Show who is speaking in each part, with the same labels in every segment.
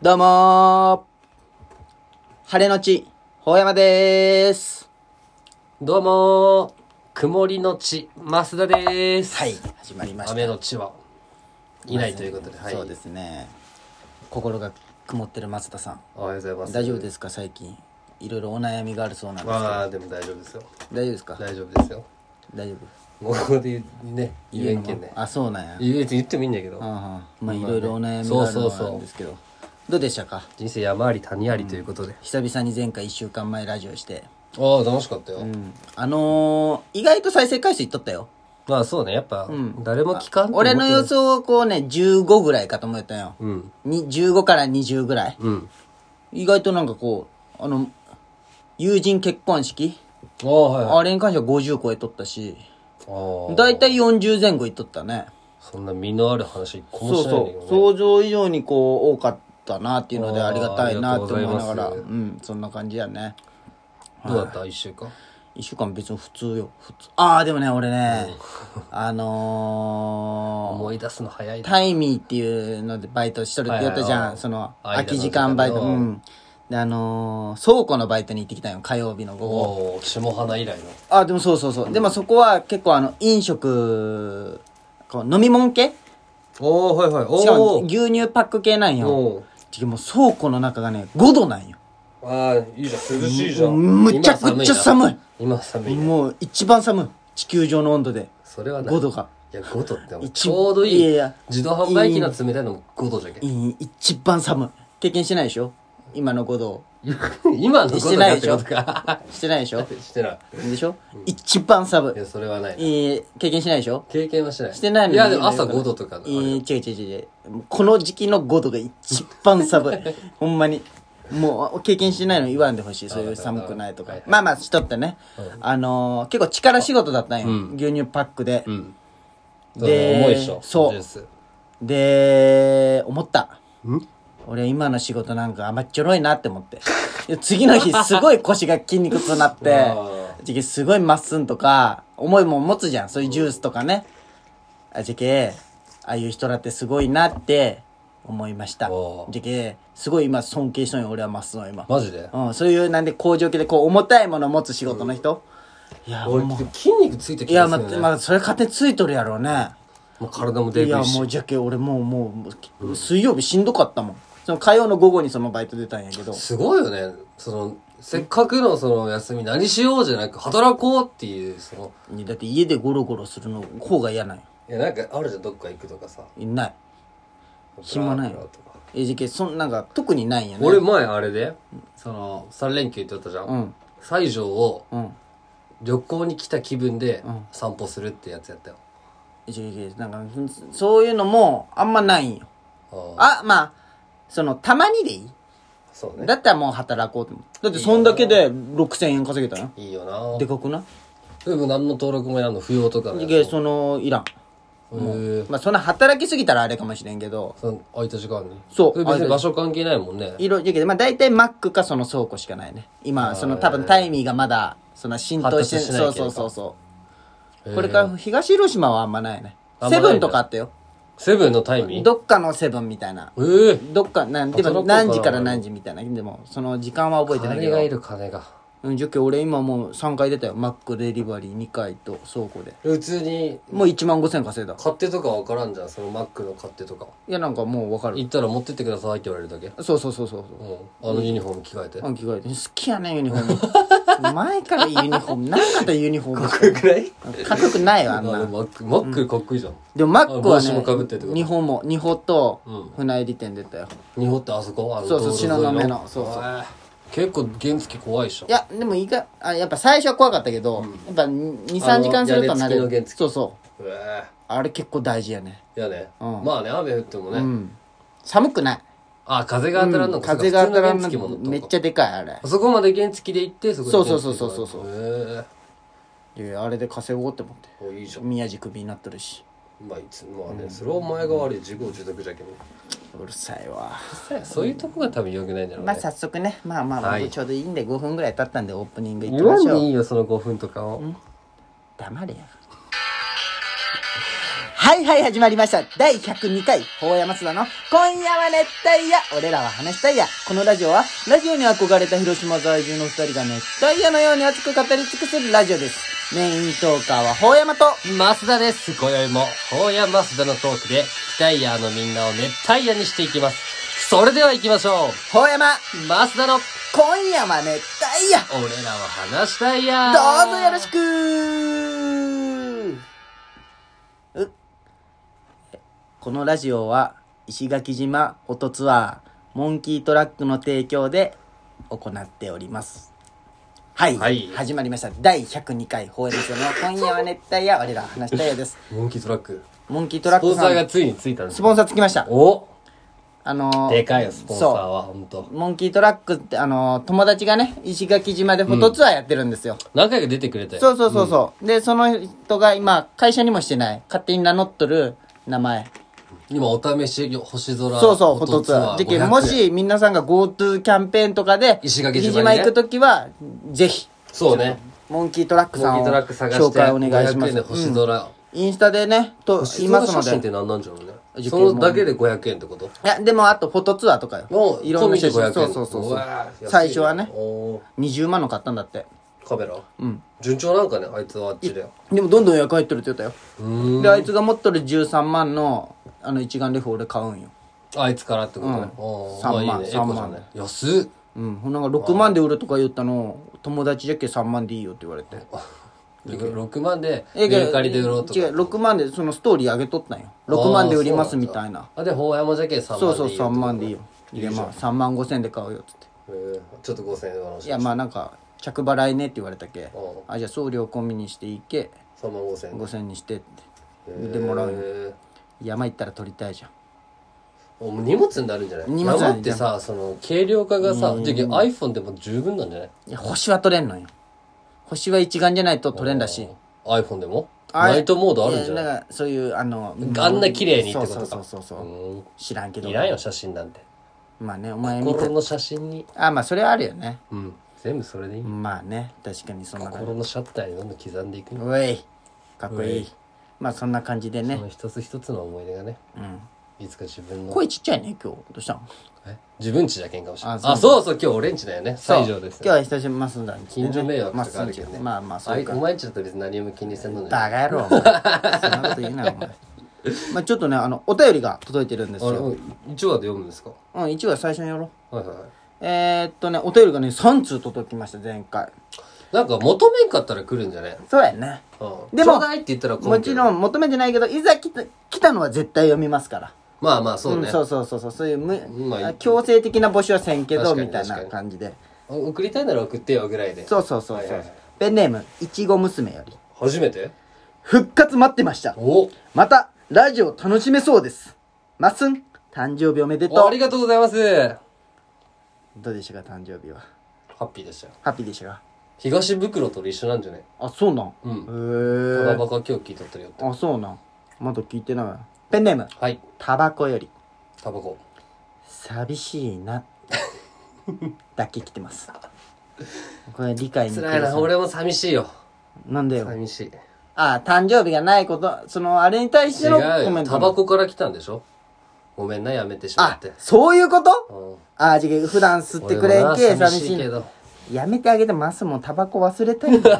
Speaker 1: どうもー晴れのち、ほうやまでーす。
Speaker 2: どうもー曇りのち増田です。
Speaker 1: はい、始まりました。
Speaker 2: 雨のちはいないということで、はい。
Speaker 1: そうですね。心が曇ってる松田さん。
Speaker 2: おはようございます。
Speaker 1: 大丈夫
Speaker 2: す。
Speaker 1: ですか、最近。いろいろお悩みがあるそうなんですけど。
Speaker 2: まあ、でも大丈夫ですよ。
Speaker 1: 大丈夫ですか
Speaker 2: 大丈夫ですよ。
Speaker 1: 大丈夫。
Speaker 2: もうここでね、言えんけんね。
Speaker 1: あ、そうなんや。うん
Speaker 2: 言えって言ってもいいんだけど
Speaker 1: う、んまあ、いろいろお悩みがある
Speaker 2: そうそう
Speaker 1: の
Speaker 2: そう
Speaker 1: なんですけど。どうでしたか
Speaker 2: 人生山あり谷ありということで。
Speaker 1: 久々に前回1週間前ラジオして。
Speaker 2: ああ、楽しかったよ。
Speaker 1: うん。あのー、意外と再生回数いっとったよ。
Speaker 2: まあそうね、やっぱ、誰も聞かんと思って
Speaker 1: 俺の予想をこうね、15ぐらいかと思ったよ。
Speaker 2: うん。
Speaker 1: に15から20ぐらい。
Speaker 2: うん。
Speaker 1: 意外となんかこう、あの、友人結婚式、
Speaker 2: ああ、はいはい。
Speaker 1: あれに関しては50超えとったし、
Speaker 2: ああ。
Speaker 1: だいたい40前後いっとったね。
Speaker 2: そんな身のある話一個も
Speaker 1: そう
Speaker 2: しないんだけど
Speaker 1: そ
Speaker 2: ね
Speaker 1: う。。想像以上にこう、多かったなっていうので
Speaker 2: あー
Speaker 1: ありがたいなって思いながら、
Speaker 2: ありがとうございうま
Speaker 1: ん、そんな感じやね。
Speaker 2: どうだった一週間。
Speaker 1: 一週間別に普通よ、普通。ああ、でもね、俺ね、あのー、
Speaker 2: 思い出すの早いな。
Speaker 1: タイミーっていうのでバイトしとるってやったじゃん、
Speaker 2: はいはいはい
Speaker 1: その空
Speaker 2: 間の
Speaker 1: き時間バイト
Speaker 2: 時間の
Speaker 1: うんであのー倉庫のバイトに行ってきたんよ火曜日の午後
Speaker 2: おお、下花以来の。
Speaker 1: あでもそうそうそう、でもそこは結構あの飲食こう飲み物系
Speaker 2: おおはいはい
Speaker 1: しかも
Speaker 2: お
Speaker 1: 牛乳パック系なん
Speaker 2: お
Speaker 1: よ
Speaker 2: お
Speaker 1: ちげもう倉庫の中がね5度なんよ
Speaker 2: ああいいじゃん涼しいじゃん
Speaker 1: むちゃくちゃ寒い
Speaker 2: 今寒いな今寒いね
Speaker 1: もう一番寒い地球上の温度で
Speaker 2: それはない
Speaker 1: 5度が
Speaker 2: いや5度ってもう
Speaker 1: 一
Speaker 2: ちょうどいい
Speaker 1: いやいや
Speaker 2: 自動販売機の冷たいのも5度じゃけん
Speaker 1: いい一番寒い経験してないでしょ今の5度
Speaker 2: 今の5
Speaker 1: して
Speaker 2: 度
Speaker 1: ない
Speaker 2: だっ
Speaker 1: で
Speaker 2: て
Speaker 1: しょ
Speaker 2: ことか
Speaker 1: してないでしょ
Speaker 2: してない
Speaker 1: でしょ、一番寒い
Speaker 2: いやそれはないな
Speaker 1: えー、経験しないでしょ
Speaker 2: 経験はしてない
Speaker 1: してないのに
Speaker 2: いやでも朝5度とか
Speaker 1: え
Speaker 2: だ
Speaker 1: ー、違う違う違う違うこの時期の5度が一番 寒いほんまにもう経験しないの言わんでほしいそういう寒くないとか
Speaker 2: はいはい
Speaker 1: まあまあしとってね、あのー、結構力仕事だったんよ、
Speaker 2: うん
Speaker 1: 牛乳パックで
Speaker 2: う、ん
Speaker 1: で
Speaker 2: 重いっしょ
Speaker 1: そう
Speaker 2: ジュース
Speaker 1: で思った
Speaker 2: ん
Speaker 1: 俺今の仕事なんか甘っちょろいなって思っていや次の 日すごい腰が筋肉痛になって
Speaker 2: あ
Speaker 1: じゃけすごいまっすんとか思いも持つじゃんそういうジュースとかね、あじゃけああいう人らってすごいなって思いました
Speaker 2: おー
Speaker 1: じゃけすごい今尊敬しとんよ俺はまっすんを今、
Speaker 2: マジで
Speaker 1: うん、そういうなんで工場系でこう重たいものを持つ仕事の人、いや
Speaker 2: 俺
Speaker 1: もう
Speaker 2: 筋肉ついて
Speaker 1: い
Speaker 2: き
Speaker 1: やま
Speaker 2: たる
Speaker 1: まあそれ勝手ついとるやろうね
Speaker 2: もう体もで
Speaker 1: い
Speaker 2: か
Speaker 1: や
Speaker 2: いし
Speaker 1: もうじゃけ俺もうもうもう水曜日しんどかったもんその火曜の午後にそのバイト出たんやけど
Speaker 2: すごいよね。その、せっかくのその休み何しようじゃなく、働こうっていう、その、
Speaker 1: いやだって家でゴロゴロするの方が嫌なんよ
Speaker 2: いや、なんかあるじゃん、どっか行くとかさ。
Speaker 1: いない暇ない
Speaker 2: ブ
Speaker 1: の
Speaker 2: ラブラとか
Speaker 1: えじけそんなんか特にないんやね
Speaker 2: 俺前あれで、その、3連休行ってたじゃん。
Speaker 1: うん
Speaker 2: 西条を
Speaker 1: うん
Speaker 2: 旅行に来た気分で
Speaker 1: うん
Speaker 2: 散歩するってやつやったよ。
Speaker 1: えじけなんかそそういうのもあんまないんよ
Speaker 2: ああ、
Speaker 1: あまあそのたまにでいい
Speaker 2: そうね。
Speaker 1: だったらもう働こうと思うだってそんだけで6000円稼げたよ
Speaker 2: いいよな
Speaker 1: でかくない
Speaker 2: でも何の登録もやんの、不要とかの
Speaker 1: じ
Speaker 2: やつ
Speaker 1: けそのいらん
Speaker 2: も。へえ
Speaker 1: まあそんな働きすぎたらあれかもしれんけど
Speaker 2: その空いた時間に。
Speaker 1: そう
Speaker 2: れ別に場所関係ないもんね。
Speaker 1: いろいろだけど、まあ大体マックかその倉庫しかないね。今、その多分タイミーがまだ、その浸透して、
Speaker 2: 発達し
Speaker 1: そ
Speaker 2: な
Speaker 1: う
Speaker 2: いけ
Speaker 1: そう
Speaker 2: どか
Speaker 1: そうそう、
Speaker 2: へえ
Speaker 1: これから東広島はあんまないね。
Speaker 2: あん
Speaker 1: セ
Speaker 2: まないんだ
Speaker 1: ブンとかあったよ。
Speaker 2: セブンのタイミング
Speaker 1: どっかのセブンみたいな。
Speaker 2: ええ。
Speaker 1: どっか、なんでも
Speaker 2: 働こうかな
Speaker 1: 何時から何時みたいな。でも、その時間は覚えてないけ
Speaker 2: 金がい
Speaker 1: ど。
Speaker 2: る、金が。
Speaker 1: うん、10俺今もう3回出たよ。マックデリバリー2回と倉庫で。
Speaker 2: 普通に
Speaker 1: もう1万5000稼いだ。
Speaker 2: 勝手とか分からんじゃんそのマックの勝手とか
Speaker 1: いや、なんかもうわかる。
Speaker 2: 行ったら持ってってくださいって言われるだけ
Speaker 1: そうそうそうそうそう。
Speaker 2: うんあのユニフォーム着替えて
Speaker 1: あ着替えて好きやねユニフォー ム前からユニフォームなんかったユニフォームかっこよ
Speaker 2: くない
Speaker 1: かっこよくないよあ
Speaker 2: あ
Speaker 1: んな
Speaker 2: のマックマックかっこいいじゃん
Speaker 1: でもマックは
Speaker 2: あ帽子もかぶってって
Speaker 1: ね
Speaker 2: こと
Speaker 1: 日本も日本と
Speaker 2: うん
Speaker 1: 船入り店出たよ
Speaker 2: 日本ってあそこあの
Speaker 1: そうそう
Speaker 2: 道路沿いの
Speaker 1: 東雲のそうそう
Speaker 2: へえ結構原付怖いっしょ
Speaker 1: いやでもいいかあやっぱ最初は怖かったけど、やっぱ
Speaker 2: あ
Speaker 1: 23
Speaker 2: の
Speaker 1: 時間すると慣れ
Speaker 2: 屋根付きの原
Speaker 1: る
Speaker 2: 付
Speaker 1: そうそう
Speaker 2: へえ
Speaker 1: あれ結構大事やね
Speaker 2: いやね
Speaker 1: うん
Speaker 2: まあね雨降っても
Speaker 1: う
Speaker 2: ね
Speaker 1: ん寒くない
Speaker 2: あ風が当たらんの
Speaker 1: うん
Speaker 2: か
Speaker 1: 風が当たらん
Speaker 2: 普通の
Speaker 1: の
Speaker 2: 原付も
Speaker 1: めっち
Speaker 2: ゃ
Speaker 1: ゃでかいあれ
Speaker 2: あそこまで原付で行ってそこで原付
Speaker 1: そうそうそうそうそう
Speaker 2: へえ
Speaker 1: いやあれで稼ごうって思って
Speaker 2: おいいじゃん
Speaker 1: 宮地首になってるし
Speaker 2: まあいつまあねそれはお前が悪い自業自得じゃけど
Speaker 1: うるさいわ
Speaker 2: そういうとこが多分良くないんだろう
Speaker 1: まあ
Speaker 2: ね
Speaker 1: 早速ねまあまあまあ、
Speaker 2: はい
Speaker 1: ちょうどいいんで5分ぐらい経ったんでオープニングいき
Speaker 2: 言わ
Speaker 1: まし
Speaker 2: ん
Speaker 1: ょ
Speaker 2: で
Speaker 1: う
Speaker 2: いいよその5分とかを
Speaker 1: 黙れよはいはい、始まりました。第102回、法山津田の、今夜は熱帯夜、俺らは話したいや。このラジオは、ラジオに憧れた広島在住の二人が熱帯夜のように熱く語り尽くすラジオです。メイントーカーは法山と、
Speaker 2: マスダです。今宵も、ホーヤマスダのトークで、タイヤーのみんなを熱帯夜にしていきます。それでは行きましょ
Speaker 1: 法山、
Speaker 2: う。マスダの、
Speaker 1: 今夜は熱帯夜、
Speaker 2: 俺らは話したいや
Speaker 1: どうぞよろしくうこのラジオは石垣島フォトツアーモンキートラックの提供で行っておりますはい、
Speaker 2: はい
Speaker 1: 始まりました第102回放映所の「今夜は熱帯夜俺らは話したいや」です
Speaker 2: モンキートラック。
Speaker 1: モンキート
Speaker 2: ス
Speaker 1: ラッ
Speaker 2: ポ
Speaker 1: ク
Speaker 2: ンサ
Speaker 1: さ
Speaker 2: ーが
Speaker 1: ん
Speaker 2: ついについたんです
Speaker 1: スポン
Speaker 2: サ
Speaker 1: サーつきました
Speaker 2: お
Speaker 1: あのー
Speaker 2: でかいよ、スポンサーは、ほんと
Speaker 1: そう。モンキートラックってあのー友達がね石垣島でフォトツアーやってるんですよ、
Speaker 2: 何回か出てくれたよ。
Speaker 1: そうそうそうそう。で、その人が今、会社にもしてない。勝手に名乗っとる名前。
Speaker 2: 今、お試しよ、星空。
Speaker 1: そうそう、フォトツアー。じゃけんも
Speaker 2: 500円、
Speaker 1: し、皆さんが GoTo キャンペーンとかで、
Speaker 2: 石垣島にね
Speaker 1: 行くときは、ぜひ、
Speaker 2: そうね。
Speaker 1: モンキートラックさ
Speaker 2: モン
Speaker 1: ん
Speaker 2: キ
Speaker 1: を
Speaker 2: ートラック探して、
Speaker 1: 紹介お願いし
Speaker 2: 500
Speaker 1: ま
Speaker 2: 円で星
Speaker 1: す。うん
Speaker 2: 空。
Speaker 1: インスタでね、と、い
Speaker 2: 星
Speaker 1: ま
Speaker 2: 空
Speaker 1: すの
Speaker 2: 写真っ
Speaker 1: で。
Speaker 2: て何なんじゃろうね。
Speaker 1: 受験
Speaker 2: そのだけで500円ってこと
Speaker 1: いや、でもあとフォトツアーとかよ
Speaker 2: の。
Speaker 1: いろんな写
Speaker 2: 込
Speaker 1: 真。
Speaker 2: みで500
Speaker 1: そう
Speaker 2: 円
Speaker 1: そうそう
Speaker 2: う
Speaker 1: そ
Speaker 2: わー安いね
Speaker 1: う。最初はね、
Speaker 2: おー
Speaker 1: 20万の買ったんだって。
Speaker 2: カメラうん順調なんかねあいつはあっちでよ
Speaker 1: でもどんどん予約入ってるって言ったよ。
Speaker 2: うーん
Speaker 1: で、あいつが持っとる13万の、あの一眼レフ俺買うんよ。
Speaker 2: あいつからってことね
Speaker 1: うん
Speaker 2: おー
Speaker 1: 三万
Speaker 2: まあいいねエ
Speaker 1: 三
Speaker 2: コ
Speaker 1: 万
Speaker 2: じゃない 安っ
Speaker 1: うん、ほんなんか6万で売るとか言ったの友達じゃけ3万でいいよって言われて
Speaker 2: 6万で
Speaker 1: え
Speaker 2: メ
Speaker 1: えけど
Speaker 2: ルカリで売ろうとか
Speaker 1: 違う6万でそのストーリー上げとったんよ6万で売りますみたいな
Speaker 2: あで法山じゃけ3万で
Speaker 1: そうそう3万でいい
Speaker 2: よ
Speaker 1: よいやまあ3万5千で買うよっつって
Speaker 2: えーちょっと5000円で話
Speaker 1: い
Speaker 2: して
Speaker 1: やまあなんか着払いねって言われたけ
Speaker 2: お
Speaker 1: あじゃあ送料込みにしていけ
Speaker 2: 3万5000円
Speaker 1: 5千にしてって
Speaker 2: えー
Speaker 1: でもらうよ山行ったら取りたいじゃん
Speaker 2: おもう荷物になるんじゃない
Speaker 1: 荷物になる
Speaker 2: 山ってさその軽量化がさじゃけ iPhone でも十分なんじゃない
Speaker 1: いや星は取れんのよ星は一眼じゃないと取れんらしい
Speaker 2: iPhone でも
Speaker 1: あれ
Speaker 2: ナイトモードあるんじゃ
Speaker 1: いや
Speaker 2: ない
Speaker 1: なんかそういうあの
Speaker 2: あんな綺麗にって
Speaker 1: そ
Speaker 2: こ
Speaker 1: う
Speaker 2: と
Speaker 1: そ
Speaker 2: か
Speaker 1: うそうそうそう
Speaker 2: うん
Speaker 1: 知らんけど
Speaker 2: いらんよ写真なんて
Speaker 1: まあねお前見て
Speaker 2: 心の写真に
Speaker 1: あまあそれはあるよね
Speaker 2: うん全部それでいい
Speaker 1: まあね確かにそんな感
Speaker 2: 心のシャッターにどんどん刻んでいく
Speaker 1: じ
Speaker 2: の
Speaker 1: おいかっこ
Speaker 2: う
Speaker 1: い
Speaker 2: い
Speaker 1: いまあそんな感じで
Speaker 2: そ
Speaker 1: ね
Speaker 2: の一つ一つの思い出がね
Speaker 1: うん
Speaker 2: いつか自分の
Speaker 1: 声ちっちゃいね今日どうしたの
Speaker 2: え自分家じゃけんかもしれな
Speaker 1: あ
Speaker 2: い
Speaker 1: そう
Speaker 2: あそうそう今日オレンジだよね西条です
Speaker 1: 今日は久しぶりにマスダに来てね
Speaker 2: 近所迷惑
Speaker 1: マ
Speaker 2: と
Speaker 1: ス
Speaker 2: かあ
Speaker 1: ダに
Speaker 2: る
Speaker 1: 来
Speaker 2: け
Speaker 1: て
Speaker 2: どね
Speaker 1: まあまあそう
Speaker 2: れ
Speaker 1: か
Speaker 2: お前んちだと別に何も気にせんのに
Speaker 1: バカ野郎お前そんなこと言うなお前まあちょっとねあのお便りが届いてるんです
Speaker 2: あれ
Speaker 1: よ
Speaker 2: 一話で読むんですか
Speaker 1: うん一応最初にやろう
Speaker 2: はいはいはい
Speaker 1: えーっとねお便りがね3通届きました前回
Speaker 2: なんか求めんかったら来るんじゃね
Speaker 1: そうやね
Speaker 2: うん
Speaker 1: でも
Speaker 2: ちょうだいって言ったら来るけど
Speaker 1: もちろん求めてないけどいざ来た来たのは絶対読みますから
Speaker 2: まあまあそう
Speaker 1: う
Speaker 2: ね
Speaker 1: ん、そうそうそうそうそういうむ、
Speaker 2: まあ
Speaker 1: あ強制的な募集はせんけど
Speaker 2: 確かに
Speaker 1: みたい
Speaker 2: 確か
Speaker 1: な
Speaker 2: に
Speaker 1: 感じで
Speaker 2: お送りたいなら送ってよぐらいで
Speaker 1: そうそうそうそう、
Speaker 2: はいはいはい
Speaker 1: ペンネームいちご娘より
Speaker 2: 初めて
Speaker 1: 復活待ってました
Speaker 2: お
Speaker 1: またラジオ楽しめそうですまっすん誕生日おめで
Speaker 2: お
Speaker 1: と
Speaker 2: ありがとうございます
Speaker 1: うどうでしたか誕生日は
Speaker 2: ハッピーでしたよ
Speaker 1: ハッピーでしたか
Speaker 2: 東袋と一緒なんじゃね
Speaker 1: あそうなん
Speaker 2: うん
Speaker 1: へ
Speaker 2: ただ
Speaker 1: え
Speaker 2: バカ狂気取ってるよって
Speaker 1: あそうなんまだ聞いてないわペンネーム
Speaker 2: はい
Speaker 1: タバコより
Speaker 2: タバコ
Speaker 1: 寂しい なだけ来てますこれ理解に
Speaker 2: 辛いな俺も寂しいよ
Speaker 1: なんだよ
Speaker 2: 寂しい
Speaker 1: ああ、誕生日がないこと、その、あれに対して
Speaker 2: 違
Speaker 1: の
Speaker 2: う
Speaker 1: コメ
Speaker 2: よ
Speaker 1: ント。
Speaker 2: タバコから来たんでしょごめんなやめてしま
Speaker 1: あ
Speaker 2: って、
Speaker 1: そういうこと
Speaker 2: うん
Speaker 1: ああ、じゃあ普段吸ってく
Speaker 2: 俺
Speaker 1: れ
Speaker 2: も
Speaker 1: ん
Speaker 2: な
Speaker 1: け、寂
Speaker 2: 寂
Speaker 1: し
Speaker 2: しい
Speaker 1: い
Speaker 2: け。ど
Speaker 1: やめてあげてますもん、タバコ忘れたいんだよ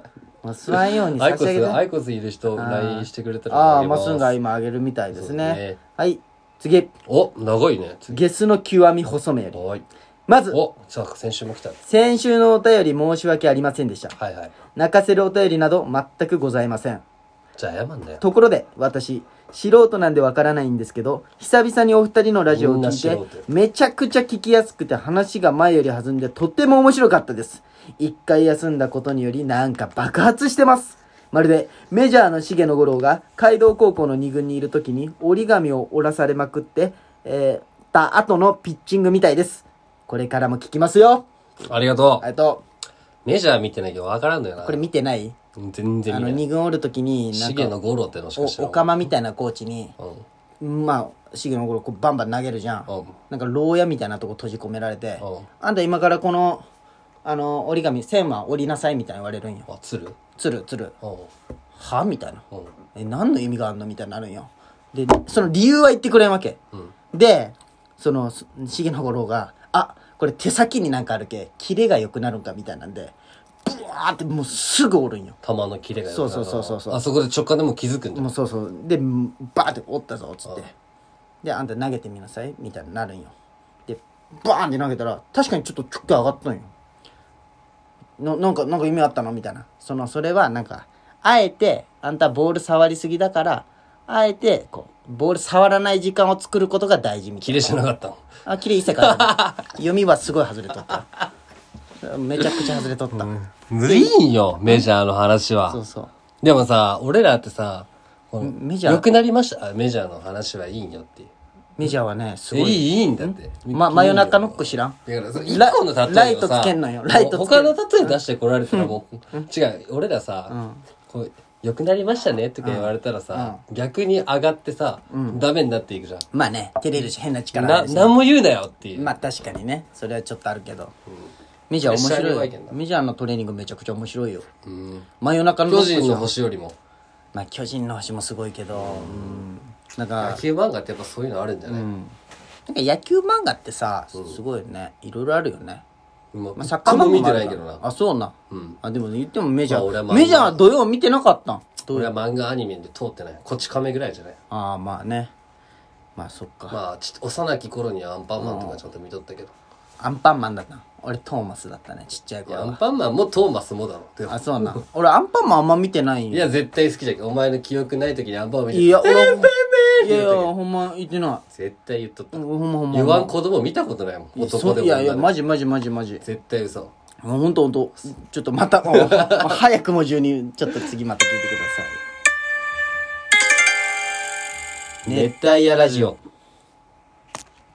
Speaker 1: もう吸わんように
Speaker 2: ア
Speaker 1: させ
Speaker 2: イコ
Speaker 1: てあげ
Speaker 2: ス
Speaker 1: て。
Speaker 2: ア
Speaker 1: あ
Speaker 2: イコスいる人 LINE してくれたら
Speaker 1: あ、
Speaker 2: げ
Speaker 1: マ
Speaker 2: ます
Speaker 1: スンが今あげるみたいです
Speaker 2: そう
Speaker 1: ね
Speaker 2: ね。
Speaker 1: はい。次、
Speaker 2: お長いね
Speaker 1: ゲスの極み細めより。
Speaker 2: はい
Speaker 1: まず、
Speaker 2: おじゃあ先週も来た
Speaker 1: 先週のお便り申し訳ありませんでした。
Speaker 2: はいはい
Speaker 1: 泣かせるお便りなど全くございません。
Speaker 2: じゃあ謝んなよ
Speaker 1: ところで私素人なんでわからないんですけど久々にお二人のラジオを聞
Speaker 2: みんな素
Speaker 1: いて
Speaker 2: 人
Speaker 1: めちゃくちゃ聞きやすくて話が前より弾んでとっても面白かったです一回休んだことによりなんか爆発してますまるでメジャーの重野五郎が街道高校の二軍にいる時に折り紙を折らされまくってえー、た後のピッチングみたいですこれからも聞きますよ
Speaker 2: ありがと
Speaker 1: あと
Speaker 2: うメジャー見てないけど分からんのよな
Speaker 1: これ見てない
Speaker 2: 全然
Speaker 1: あ
Speaker 2: 見
Speaker 1: の
Speaker 2: ない
Speaker 1: 二軍おる時になん
Speaker 2: 重
Speaker 1: か
Speaker 2: 野五郎ってのしか知
Speaker 1: お
Speaker 2: ら
Speaker 1: おか
Speaker 2: ん
Speaker 1: まみたいなコーチに
Speaker 2: うんうん
Speaker 1: まあ、シゲの頃、こうバンバン投げるじゃん。
Speaker 2: うん
Speaker 1: なんか、牢屋みたいなとこ閉じ込められて、
Speaker 2: うん
Speaker 1: あんた今からこの、あの、折り紙、線は折りなさいみたいに言われるんよ。
Speaker 2: あ鶴
Speaker 1: つるつる、
Speaker 2: うん
Speaker 1: はみたいな。
Speaker 2: うん
Speaker 1: え、何の意味があんのみたいになるんよ。で、その理由は言ってくれんわけ。
Speaker 2: うん。
Speaker 1: で、その、す重信五郎が、あ、これ手先になんかあるけ、キレが良くなるんかみたいなんで、ブワーってもうすぐおるんよ。
Speaker 2: 玉の切れが良くなる
Speaker 1: そうそうそうそう
Speaker 2: あそこで直感でもう気づくんだ
Speaker 1: もうそうそう。で、んバーって折ったぞ、つって
Speaker 2: うん。
Speaker 1: で、あんた投げてみなさい、みたいになるんよ。で、バーンって投げたら、確かにちょっと直径上がったんよ。ななんか、なんか意味あったのみたいな。その、それはなんか、あえて、あんたボール触りすぎだから、あえて、こう、ボール触らない時間を作ることが大事みたいな
Speaker 2: 切れじゃなかったの
Speaker 1: あ、綺麗一切変えた。読みはすごい外れとった。めちゃくちゃ外れとった。
Speaker 2: ずいんよメジャーの話は
Speaker 1: そうそう。
Speaker 2: でもさ俺らってさこの
Speaker 1: メジャー
Speaker 2: 良くなりましたあメジャーの話はいいんよっていう
Speaker 1: メジャーはね、す
Speaker 2: えい
Speaker 1: ごい。
Speaker 2: いいいんだって
Speaker 1: ま、真夜中ノック知らん
Speaker 2: だからその
Speaker 1: ラ
Speaker 2: 一個の例えをさ
Speaker 1: ライトつけんのよライトつけん
Speaker 2: 他の例え出してこられたらもう、違う俺らさ、こう良くなりましたねとか言われたらさ、逆に上がってさ、ダメになっていくじゃん
Speaker 1: まあね、照れるし変な力あ
Speaker 2: な
Speaker 1: るし。
Speaker 2: 何も言うなよっていう、
Speaker 1: まあ確かにね、それはちょっとあるけど。メジャー面
Speaker 2: プレッシャーに
Speaker 1: 白
Speaker 2: 弱い
Speaker 1: い
Speaker 2: けんな。
Speaker 1: メジャーのトレーニングめちゃくちゃ面白いよ。
Speaker 2: うん
Speaker 1: 真夜中のノッ
Speaker 2: 巨
Speaker 1: ク
Speaker 2: 人
Speaker 1: 知
Speaker 2: の
Speaker 1: らん。
Speaker 2: 星よりも
Speaker 1: まあ巨人の星もすごいけど、うん。なん
Speaker 2: 野
Speaker 1: か、
Speaker 2: 球漫画ってやっぱそういうのあるんじゃない、
Speaker 1: うん。なんか野球漫画ってさ、すごいよね。いろいろあるよね。
Speaker 2: ま
Speaker 1: まあ、
Speaker 2: サ
Speaker 1: サ
Speaker 2: ッ
Speaker 1: ッ
Speaker 2: カ
Speaker 1: カ
Speaker 2: ー
Speaker 1: ー
Speaker 2: も
Speaker 1: 漫
Speaker 2: 見
Speaker 1: 画
Speaker 2: て
Speaker 1: も
Speaker 2: ないけどな
Speaker 1: あ、そうな。
Speaker 2: うん
Speaker 1: あ、でも言ってもメジャ
Speaker 2: まあ俺
Speaker 1: ー、
Speaker 2: は漫画
Speaker 1: メジャーは土曜見てなかったん。どう
Speaker 2: 俺は漫画アニメで通ってないこち亀ぐらいじゃない
Speaker 1: ああ、まあね。まあそっか。
Speaker 2: まあち幼き頃にはアンパンマンとかちゃんと見とったけど、
Speaker 1: アンパンマンだった。俺トーマスだったね、ちっちゃい
Speaker 2: いやア
Speaker 1: 頃
Speaker 2: ン
Speaker 1: は。
Speaker 2: パンマンもトーマスもだろでも
Speaker 1: あ、そうな。俺アンパンマンあんま見てないん
Speaker 2: い
Speaker 1: よ。
Speaker 2: や絶対好きじゃんお前の記憶ない時にアンパンマン見て
Speaker 1: いや、俺、
Speaker 2: ン
Speaker 1: いやいや、ほんま言ってな
Speaker 2: 絶対言っとっ
Speaker 1: い。
Speaker 2: た
Speaker 1: ほんまほんま。
Speaker 2: 言わん子供見たことないもん男でも
Speaker 1: いやいや、
Speaker 2: 女でも
Speaker 1: マジマジマジマジ。
Speaker 2: 絶対嘘
Speaker 1: ほんとほんと。ちょっとまた、もう早くも中に、ちょっと次また聞いてください。
Speaker 2: 熱帯夜ラジオ